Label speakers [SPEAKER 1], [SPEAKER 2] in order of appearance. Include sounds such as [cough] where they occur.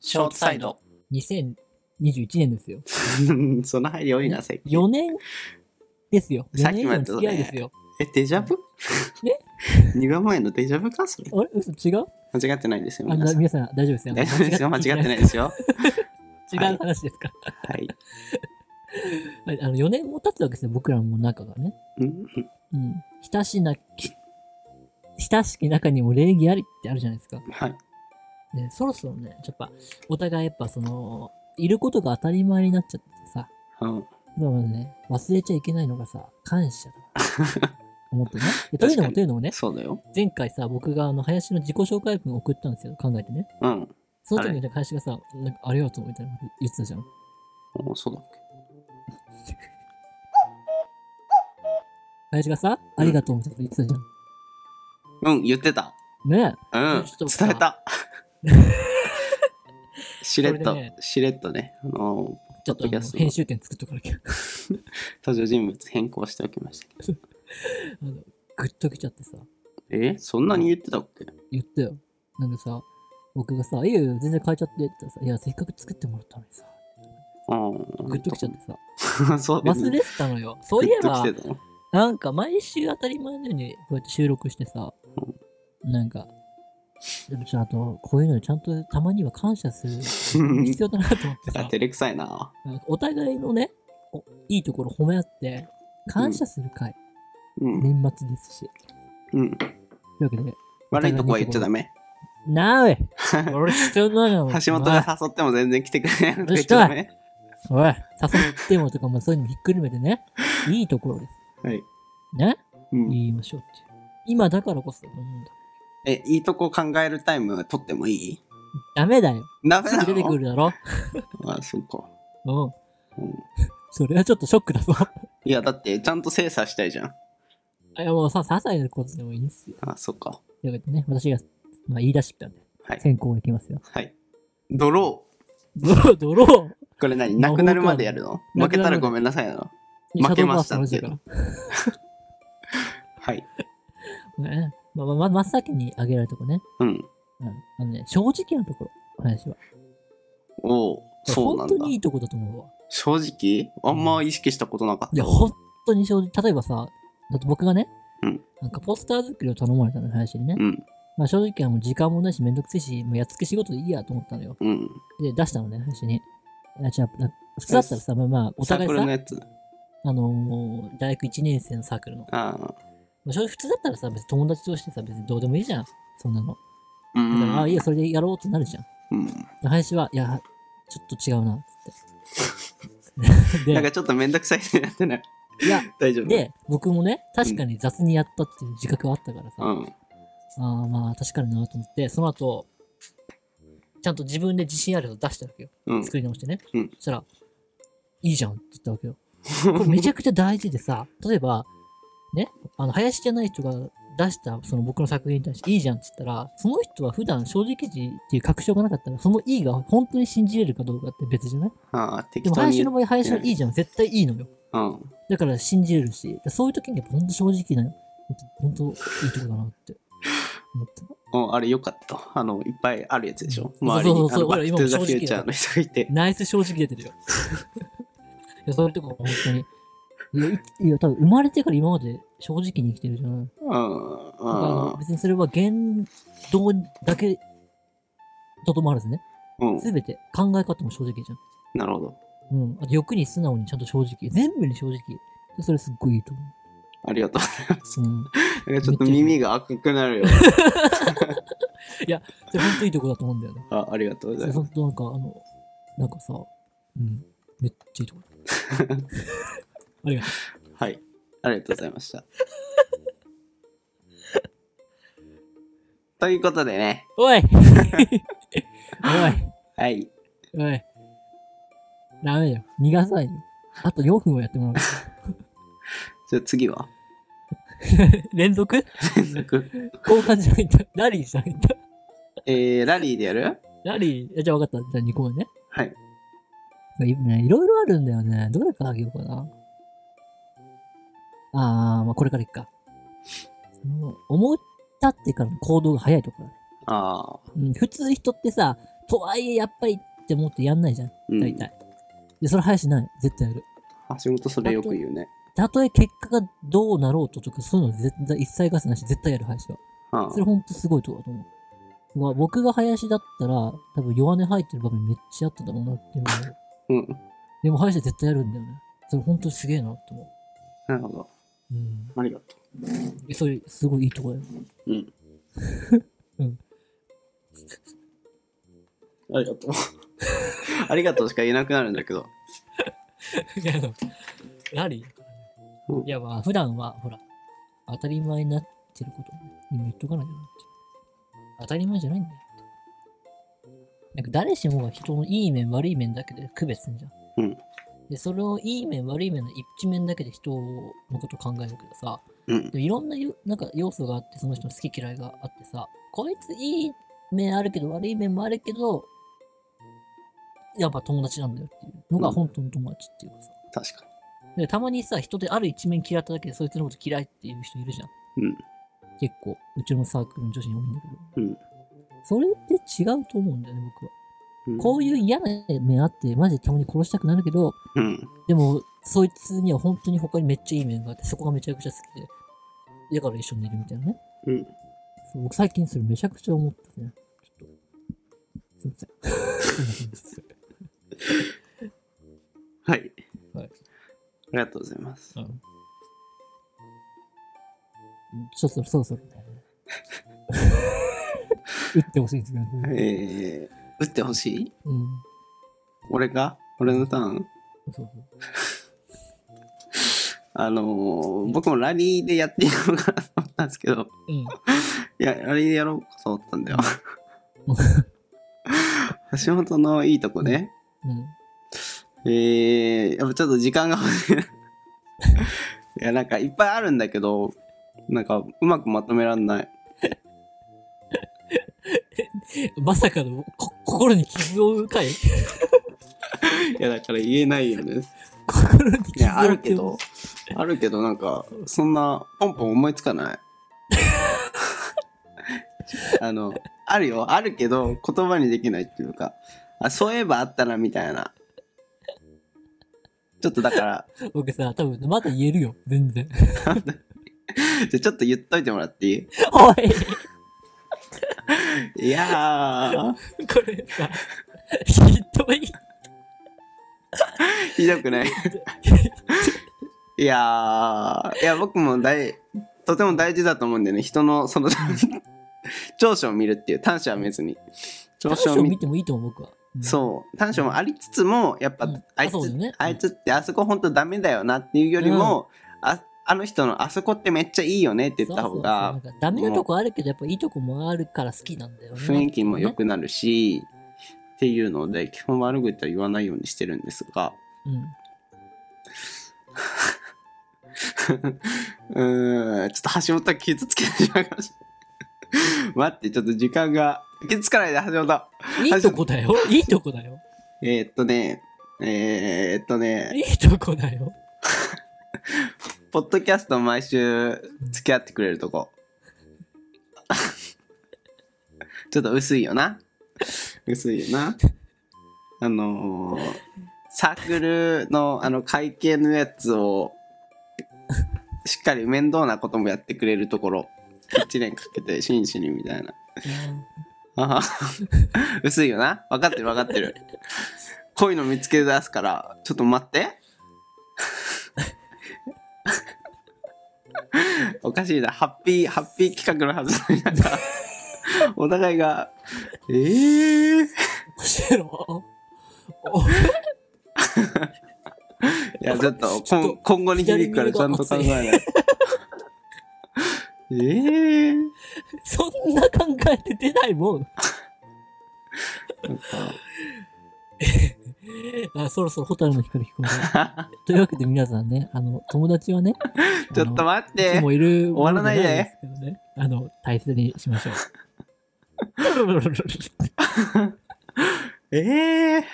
[SPEAKER 1] ショートサイド。
[SPEAKER 2] 2021年ですよ。
[SPEAKER 1] [laughs] その入り多いな、最近。
[SPEAKER 2] 4年ですよ。
[SPEAKER 1] [laughs] さ
[SPEAKER 2] 4
[SPEAKER 1] っき
[SPEAKER 2] 年以
[SPEAKER 1] まで
[SPEAKER 2] 上の付き合い
[SPEAKER 1] ね
[SPEAKER 2] ですよ。
[SPEAKER 1] え、デジャブ [laughs]
[SPEAKER 2] え
[SPEAKER 1] ?2 秒前のデジャブかそれ。
[SPEAKER 2] あれ嘘違う
[SPEAKER 1] 間違ってないですよ、
[SPEAKER 2] あ
[SPEAKER 1] 皆
[SPEAKER 2] な
[SPEAKER 1] さん。
[SPEAKER 2] 皆さん大丈夫です
[SPEAKER 1] [laughs]
[SPEAKER 2] よ。
[SPEAKER 1] 大丈夫ですよ、間違ってないですよ。
[SPEAKER 2] [laughs] 違
[SPEAKER 1] はいう
[SPEAKER 2] 話ですから。
[SPEAKER 1] はい。
[SPEAKER 2] はいあの4年も経つわけですよ、僕らも中がね。
[SPEAKER 1] うんうん
[SPEAKER 2] うん。親しなき、親しき中にも礼儀ありってあるじゃないですか。
[SPEAKER 1] はい。
[SPEAKER 2] ね、そろそろね、やっぱ、お互いやっぱその、いることが当たり前になっちゃってさ、
[SPEAKER 1] うん
[SPEAKER 2] だからね、忘れちゃいけないのがさ、感謝だ。
[SPEAKER 1] [laughs]
[SPEAKER 2] 思ってね。でとい
[SPEAKER 1] 確
[SPEAKER 2] うの
[SPEAKER 1] か
[SPEAKER 2] も、
[SPEAKER 1] に
[SPEAKER 2] というのもね、
[SPEAKER 1] そうだよ。
[SPEAKER 2] 前回さ、僕があの、林の自己紹介文を送ったんですよ、考えてね。
[SPEAKER 1] うん。
[SPEAKER 2] その時にね、林がさ、なんかありがとうみたいなこと言ってたじゃん。
[SPEAKER 1] おそうだっけ
[SPEAKER 2] 林がさ、ありがとうみたいなこと言ってたじ
[SPEAKER 1] うん、言ってた。
[SPEAKER 2] ゃん。ねえ。
[SPEAKER 1] うん
[SPEAKER 2] ちょっと、
[SPEAKER 1] 伝え
[SPEAKER 2] [laughs]
[SPEAKER 1] た。しれっ
[SPEAKER 2] ことれでね、
[SPEAKER 1] しれっとね、あの、
[SPEAKER 2] ちょ
[SPEAKER 1] ポ
[SPEAKER 2] っとあ
[SPEAKER 1] ッドキ
[SPEAKER 2] の
[SPEAKER 1] ャストの
[SPEAKER 2] 編集点作っとかなきゃ。 [laughs]
[SPEAKER 1] 登場人物変更しておきましたけど。
[SPEAKER 2] あのグッときちゃってさ、
[SPEAKER 1] え、そんなに言ってたっけ
[SPEAKER 2] 言ったよ。なんかさ、僕がさ、いやいや、全然変えちゃってって言ったらさ、いや、せっかく作ってもらったのにさ、
[SPEAKER 1] うん。
[SPEAKER 2] グッときちゃってさ、
[SPEAKER 1] た。 [laughs] そうです
[SPEAKER 2] 忘
[SPEAKER 1] ね。
[SPEAKER 2] れてたのよ。そういえば
[SPEAKER 1] グッ、ときてたの
[SPEAKER 2] なんか毎週当たり前のようにこうやって収録してさ、なんか、でもちょっと、こういうのにちゃんとたまには感謝する
[SPEAKER 1] [laughs]
[SPEAKER 2] 必要だなと思って
[SPEAKER 1] あ、
[SPEAKER 2] さ、
[SPEAKER 1] 照れくさいな。
[SPEAKER 2] なんかお互いのね、おいいところ褒め合って、感謝する回、
[SPEAKER 1] うん。
[SPEAKER 2] 年末ですし。
[SPEAKER 1] うん。
[SPEAKER 2] というわけで、
[SPEAKER 1] 悪いとこは言っちゃダメ。
[SPEAKER 2] なあおい俺必要ないの
[SPEAKER 1] 橋本
[SPEAKER 2] お前
[SPEAKER 1] が誘っても全然来てくれないとか言っちゃダメ。
[SPEAKER 2] おい、誘ってもとか、まあ、そういうのもひっくるめ
[SPEAKER 1] [laughs]
[SPEAKER 2] てね、いいところです。
[SPEAKER 1] はい。
[SPEAKER 2] ね、
[SPEAKER 1] うん
[SPEAKER 2] 言いましょうっていう。今だからこそだと思うんだ。
[SPEAKER 1] え、いいとこ考えるタイム取ってもいい
[SPEAKER 2] ダメだよ。
[SPEAKER 1] ダメ
[SPEAKER 2] す
[SPEAKER 1] な
[SPEAKER 2] ぐ出てく
[SPEAKER 1] の
[SPEAKER 2] るだろ。
[SPEAKER 1] あ、そうか。
[SPEAKER 2] うん。
[SPEAKER 1] うん
[SPEAKER 2] それはちょっとショックだぞ。 [laughs]
[SPEAKER 1] いや、だって、ちゃんと精査したいじゃん。
[SPEAKER 2] いや、もうさ、些細なことでもいいんですよ。
[SPEAKER 1] あ、そうか。
[SPEAKER 2] というわけでね、私が、まあ、言い出してきたんで、
[SPEAKER 1] はい。
[SPEAKER 2] 先行いきますよ。
[SPEAKER 1] はい。ドロ
[SPEAKER 2] ドドロー
[SPEAKER 1] ー。これ何
[SPEAKER 2] まあ
[SPEAKER 1] なくなるまでやるの負
[SPEAKER 2] な
[SPEAKER 1] け
[SPEAKER 2] く
[SPEAKER 1] た
[SPEAKER 2] なるまで
[SPEAKER 1] らごめんなさいなの。
[SPEAKER 2] シャ
[SPEAKER 1] 負
[SPEAKER 2] ド
[SPEAKER 1] け
[SPEAKER 2] ーバ
[SPEAKER 1] ま
[SPEAKER 2] ー
[SPEAKER 1] し
[SPEAKER 2] スト
[SPEAKER 1] た
[SPEAKER 2] の
[SPEAKER 1] って
[SPEAKER 2] 話
[SPEAKER 1] いう
[SPEAKER 2] だ
[SPEAKER 1] の
[SPEAKER 2] か
[SPEAKER 1] はい。
[SPEAKER 2] ら。ね、まあ、まあ、真っ先に挙げられるとこね。
[SPEAKER 1] うん。
[SPEAKER 2] うん。あのね、正直なところ、話は。
[SPEAKER 1] おお、そうなんだ
[SPEAKER 2] 本当。にいいとこだと思うわ。
[SPEAKER 1] 正直、あんま意識したことなかっ
[SPEAKER 2] いや、
[SPEAKER 1] た。
[SPEAKER 2] 本当に正直、例えばさ、だって僕がね、
[SPEAKER 1] うん
[SPEAKER 2] なんかポスター作りを頼まれたの話でね、
[SPEAKER 1] うん、
[SPEAKER 2] まあ正直はもう時間もないし、めんどくせえし、もうやっつけ仕事でいいやと思ったのよ。
[SPEAKER 1] うん。
[SPEAKER 2] で、出したのね、話に。あじゃあな普通だったらさ、まあ、まあ、お
[SPEAKER 1] サー
[SPEAKER 2] 互い
[SPEAKER 1] クルの
[SPEAKER 2] さ、
[SPEAKER 1] やつ。
[SPEAKER 2] あのー大学1年生のサークルの。
[SPEAKER 1] ああ。
[SPEAKER 2] まあ、正直普通だったらさ、別に友達としてさ、別にどうでもいいじゃん。そんなの。
[SPEAKER 1] う
[SPEAKER 2] だから、ああ、いい
[SPEAKER 1] ん。
[SPEAKER 2] よ、それでやろうってなるじゃん。
[SPEAKER 1] うん
[SPEAKER 2] で林は、いや、ちょっと違うな、
[SPEAKER 1] [laughs]
[SPEAKER 2] つって。
[SPEAKER 1] なん
[SPEAKER 2] で
[SPEAKER 1] かちょっとめんどくさいってなってない。 [laughs]
[SPEAKER 2] いや、
[SPEAKER 1] 大丈夫。
[SPEAKER 2] で、僕もね、確かに雑にやったっていう自覚はあったからさ、
[SPEAKER 1] うん。
[SPEAKER 2] ああまあ確かになと思って、その後、ちゃんと自分で自信あると出したわけよ。
[SPEAKER 1] うん。
[SPEAKER 2] 作り直してね。
[SPEAKER 1] うん
[SPEAKER 2] そしたら、いいじゃんって言ったわけよ。これめちゃくちゃ大事
[SPEAKER 1] [laughs]
[SPEAKER 2] でさ、例えば、ね、あの、林じゃない人が出したその僕の作品に対していいじゃんって言ったら、その人は普段正直時っていう確証がなかったら、そのいいが本当に信じれるかどうかって別じゃない
[SPEAKER 1] ああ、
[SPEAKER 2] で
[SPEAKER 1] 適
[SPEAKER 2] も
[SPEAKER 1] 当
[SPEAKER 2] 林
[SPEAKER 1] に
[SPEAKER 2] の。場合、林はいいじゃん。絶対いいのよ。
[SPEAKER 1] うん。
[SPEAKER 2] だから信じれるし、そういう時にやっぱほんと正直な、ほんとほんといいとこだなって思って
[SPEAKER 1] おあれよかった。あの、いっぱいあるやつでしょ。
[SPEAKER 2] うん
[SPEAKER 1] 周りに。
[SPEAKER 2] そうそうそう
[SPEAKER 1] あのバ
[SPEAKER 2] 俺
[SPEAKER 1] ッ
[SPEAKER 2] 今
[SPEAKER 1] クトゥザ
[SPEAKER 2] 正
[SPEAKER 1] フ
[SPEAKER 2] 直
[SPEAKER 1] ューチャーの人がいて。
[SPEAKER 2] ナイス正直出て [laughs] るよ。いや、そういうとこ本当に。いや、いいや多分生まれてから今まで正直に生きてるじゃない。だか
[SPEAKER 1] うん。う
[SPEAKER 2] らあの
[SPEAKER 1] ん。
[SPEAKER 2] 別にそれは言動だけとどまらずね。
[SPEAKER 1] うん。
[SPEAKER 2] すべて考え方も正直じ
[SPEAKER 1] なるほど。
[SPEAKER 2] ゃん。うん。あと欲に素直にちゃんと正直。全部に正直。それすっごいいいと思
[SPEAKER 1] ありがとう [laughs] ございます。
[SPEAKER 2] う。うん。
[SPEAKER 1] なんかちょっと耳が赤くなるよ。
[SPEAKER 2] それ本当いいとこだと思うんだよね。 [laughs]
[SPEAKER 1] あありがとうございます
[SPEAKER 2] そ。うそうなんか、あの、なんかさ、うん、めっちゃい [laughs] いとこだ。ありがと
[SPEAKER 1] はい。ありがとうございました。ということでね、
[SPEAKER 2] う。おい [laughs]
[SPEAKER 1] はい。
[SPEAKER 2] おいおいダメだよ。逃がさないよ。あと4分はやってもら
[SPEAKER 1] じゃあ次は
[SPEAKER 2] う。 [laughs] 連続
[SPEAKER 1] 連続。
[SPEAKER 2] 後半じゃないんだ。ラリーじゃないんだ。
[SPEAKER 1] えー、ラリーでやる
[SPEAKER 2] ラリー、じゃあ分かった。じゃあ2個目ね。
[SPEAKER 1] はい。
[SPEAKER 2] いねいろいろあるんだよね。どれからあげようかな。あー、まあこれからいっか。その思い立ってからの行動が早いところだね
[SPEAKER 1] ああ、
[SPEAKER 2] うん、普通人ってさ、とはいえ、やっぱりって思ってやんないじゃん。
[SPEAKER 1] うん
[SPEAKER 2] 大体。で、それ林ない。絶対やる。
[SPEAKER 1] 橋本それよく言うね。
[SPEAKER 2] たとえ結果がどうなろうととか、そういうの絶対一切合戦ないし、絶対やる林は。
[SPEAKER 1] は
[SPEAKER 2] それほんとすごいとこだと思う。まあ、僕が林だったら、多分弱音入ってる場面めっちゃあっただろうなって思う。
[SPEAKER 1] うん。
[SPEAKER 2] でも林は絶対やるんだよね。それほんとすげえなって思
[SPEAKER 1] なるほど。
[SPEAKER 2] う。うん。
[SPEAKER 1] ありがと
[SPEAKER 2] えそれ、すごいいいとこだよ。
[SPEAKER 1] う。うん。
[SPEAKER 2] うん。
[SPEAKER 1] ありがとう。 [laughs] ありがとうしか言えなくなるんだけど。
[SPEAKER 2] いや、でもラリーだから
[SPEAKER 1] う
[SPEAKER 2] ね
[SPEAKER 1] ん。
[SPEAKER 2] いや、まあ、普段は、ほら、当たり前になってることをね今言っとかないとなって。当たり前じゃないんだよ。なんか誰しもが人のいい面悪い面だけで区別すんじゃん。
[SPEAKER 1] うん
[SPEAKER 2] で、それをいい面悪い面の一面だけで人のこと考えるけどさ、
[SPEAKER 1] うん。
[SPEAKER 2] でもいろんなよなんか要素があって、その人の好き嫌いがあってさ、こいついい面あるけど悪い面もあるけど、やっぱ友達なんだよっていうのが本当の友達っていうかさ。
[SPEAKER 1] 確か
[SPEAKER 2] で、たまにさ、人である一面嫌っただけで、そいつのこと嫌いっていう人いるじゃん。
[SPEAKER 1] に。
[SPEAKER 2] 結構、うちのサークルの女子に多いんだけ
[SPEAKER 1] う
[SPEAKER 2] ど。
[SPEAKER 1] ん。
[SPEAKER 2] それって違うと思うんだよね、僕は。
[SPEAKER 1] うん。
[SPEAKER 2] こういう嫌な面あって、マジでたまに殺したくなるけど、
[SPEAKER 1] うん。うん。
[SPEAKER 2] でも、そいつには本当に他にめっちゃいい面があって、そこがめちゃくちゃ好きで、だから一緒にいるみたいなね。
[SPEAKER 1] うん。
[SPEAKER 2] そう僕最近それめちゃくちゃ思ったね。ちょっと。すいません。すいま [laughs] せん
[SPEAKER 1] はい。
[SPEAKER 2] はい。
[SPEAKER 1] ありがとうございます。
[SPEAKER 2] うん。そろそろ、そろそろ。打ってほしいんですけどね。
[SPEAKER 1] えー、打ってほしい
[SPEAKER 2] うん。
[SPEAKER 1] 俺が俺のターン
[SPEAKER 2] そう
[SPEAKER 1] あのー、僕もラリーでやっていこうかなと思ったんですけど、
[SPEAKER 2] そう。うん。
[SPEAKER 1] いや、ラリーでやろうかと思ったん
[SPEAKER 2] [laughs]
[SPEAKER 1] だよ。橋本のいいとこね。
[SPEAKER 2] うん。
[SPEAKER 1] えー、やっぱちょっと時間が欲 [laughs] しい。いや、なんかいっぱいあるんだけど、なんかうまくまとめらんない。
[SPEAKER 2] まさかの、こ、心に傷を負うか
[SPEAKER 1] い
[SPEAKER 2] い
[SPEAKER 1] や、だから言えないよね。
[SPEAKER 2] 心に
[SPEAKER 1] い
[SPEAKER 2] 傷を負う
[SPEAKER 1] や、あるけど。、あるけど、なんか、そんな、ポンポン思いつかない。 [laughs] あの、あるよ、あるけど、言葉にできないっていうか、あ、そういえばあったな、みたいな。ちょっとだから、
[SPEAKER 2] 僕さ、多分、まだ言えるよ。全
[SPEAKER 1] [laughs]
[SPEAKER 2] 然。
[SPEAKER 1] じゃちょっと言っといてもらってい
[SPEAKER 2] おい
[SPEAKER 1] いいやー、
[SPEAKER 2] これさ、ひどい。
[SPEAKER 1] ひどくないいやー、いや、僕も大、とても大事だと思うんだよね。人の、その、 [laughs] 長所を見るっていう、短所は別に。長
[SPEAKER 2] 短
[SPEAKER 1] 所を
[SPEAKER 2] 所を
[SPEAKER 1] 見
[SPEAKER 2] 見てもいいと思う、僕は。うん
[SPEAKER 1] そう短所もありつつもやっぱ
[SPEAKER 2] うん
[SPEAKER 1] あいつ、
[SPEAKER 2] あそうだね
[SPEAKER 1] あいつってあそこほんとダメだよなっていうよりも、ああの人のあそこってめっちゃいいよねって言った方
[SPEAKER 2] そ
[SPEAKER 1] が
[SPEAKER 2] うそうそうなんかダメなとこあるけど、やっぱいいとこもあるから好きなんだよね。
[SPEAKER 1] 雰囲気も良くなるし、っていうので基本悪口は言わないようにしてるんですが
[SPEAKER 2] うん。
[SPEAKER 1] [laughs] うーんちょっと橋本は傷つけてしまうかもしれない待ってちょっと時間が傷つかないで橋本
[SPEAKER 2] いいとこだよ。いいとこだよ。
[SPEAKER 1] えー、っとねえー、っとね
[SPEAKER 2] いいとこだよ。
[SPEAKER 1] ポッドキャスト毎週付き合ってくれるとこ。 [laughs] ちょっと薄いよな。薄いよな。あのー、サークルのあの会計のやつをしっかり面倒なこともやってくれるところ。1年かけて真摯にみたいな。あはは [laughs] 薄いよな。分かってる分かってる。こういうの見つけ出すから、ちょっと待って。 [laughs] おかしいな。ハッピー、ハッピー企画のはずなのになんか、お互いが、えー、い
[SPEAKER 2] 面白い。お
[SPEAKER 1] や、ちょっと
[SPEAKER 2] ちょっと
[SPEAKER 1] 今今後に響くからちゃんと考えない。えー、
[SPEAKER 2] そんな考えて出ないもん。
[SPEAKER 1] なんか
[SPEAKER 2] あそろそろ蛍の光聞こえる。というわけで皆さんね、あの、友達はね、
[SPEAKER 1] ちょっと
[SPEAKER 2] っ
[SPEAKER 1] 待っ
[SPEAKER 2] いつ
[SPEAKER 1] て。
[SPEAKER 2] もいる
[SPEAKER 1] 終わらないで
[SPEAKER 2] ものじゃですけどね。あの、大切にしましょう。 [laughs]
[SPEAKER 1] えー。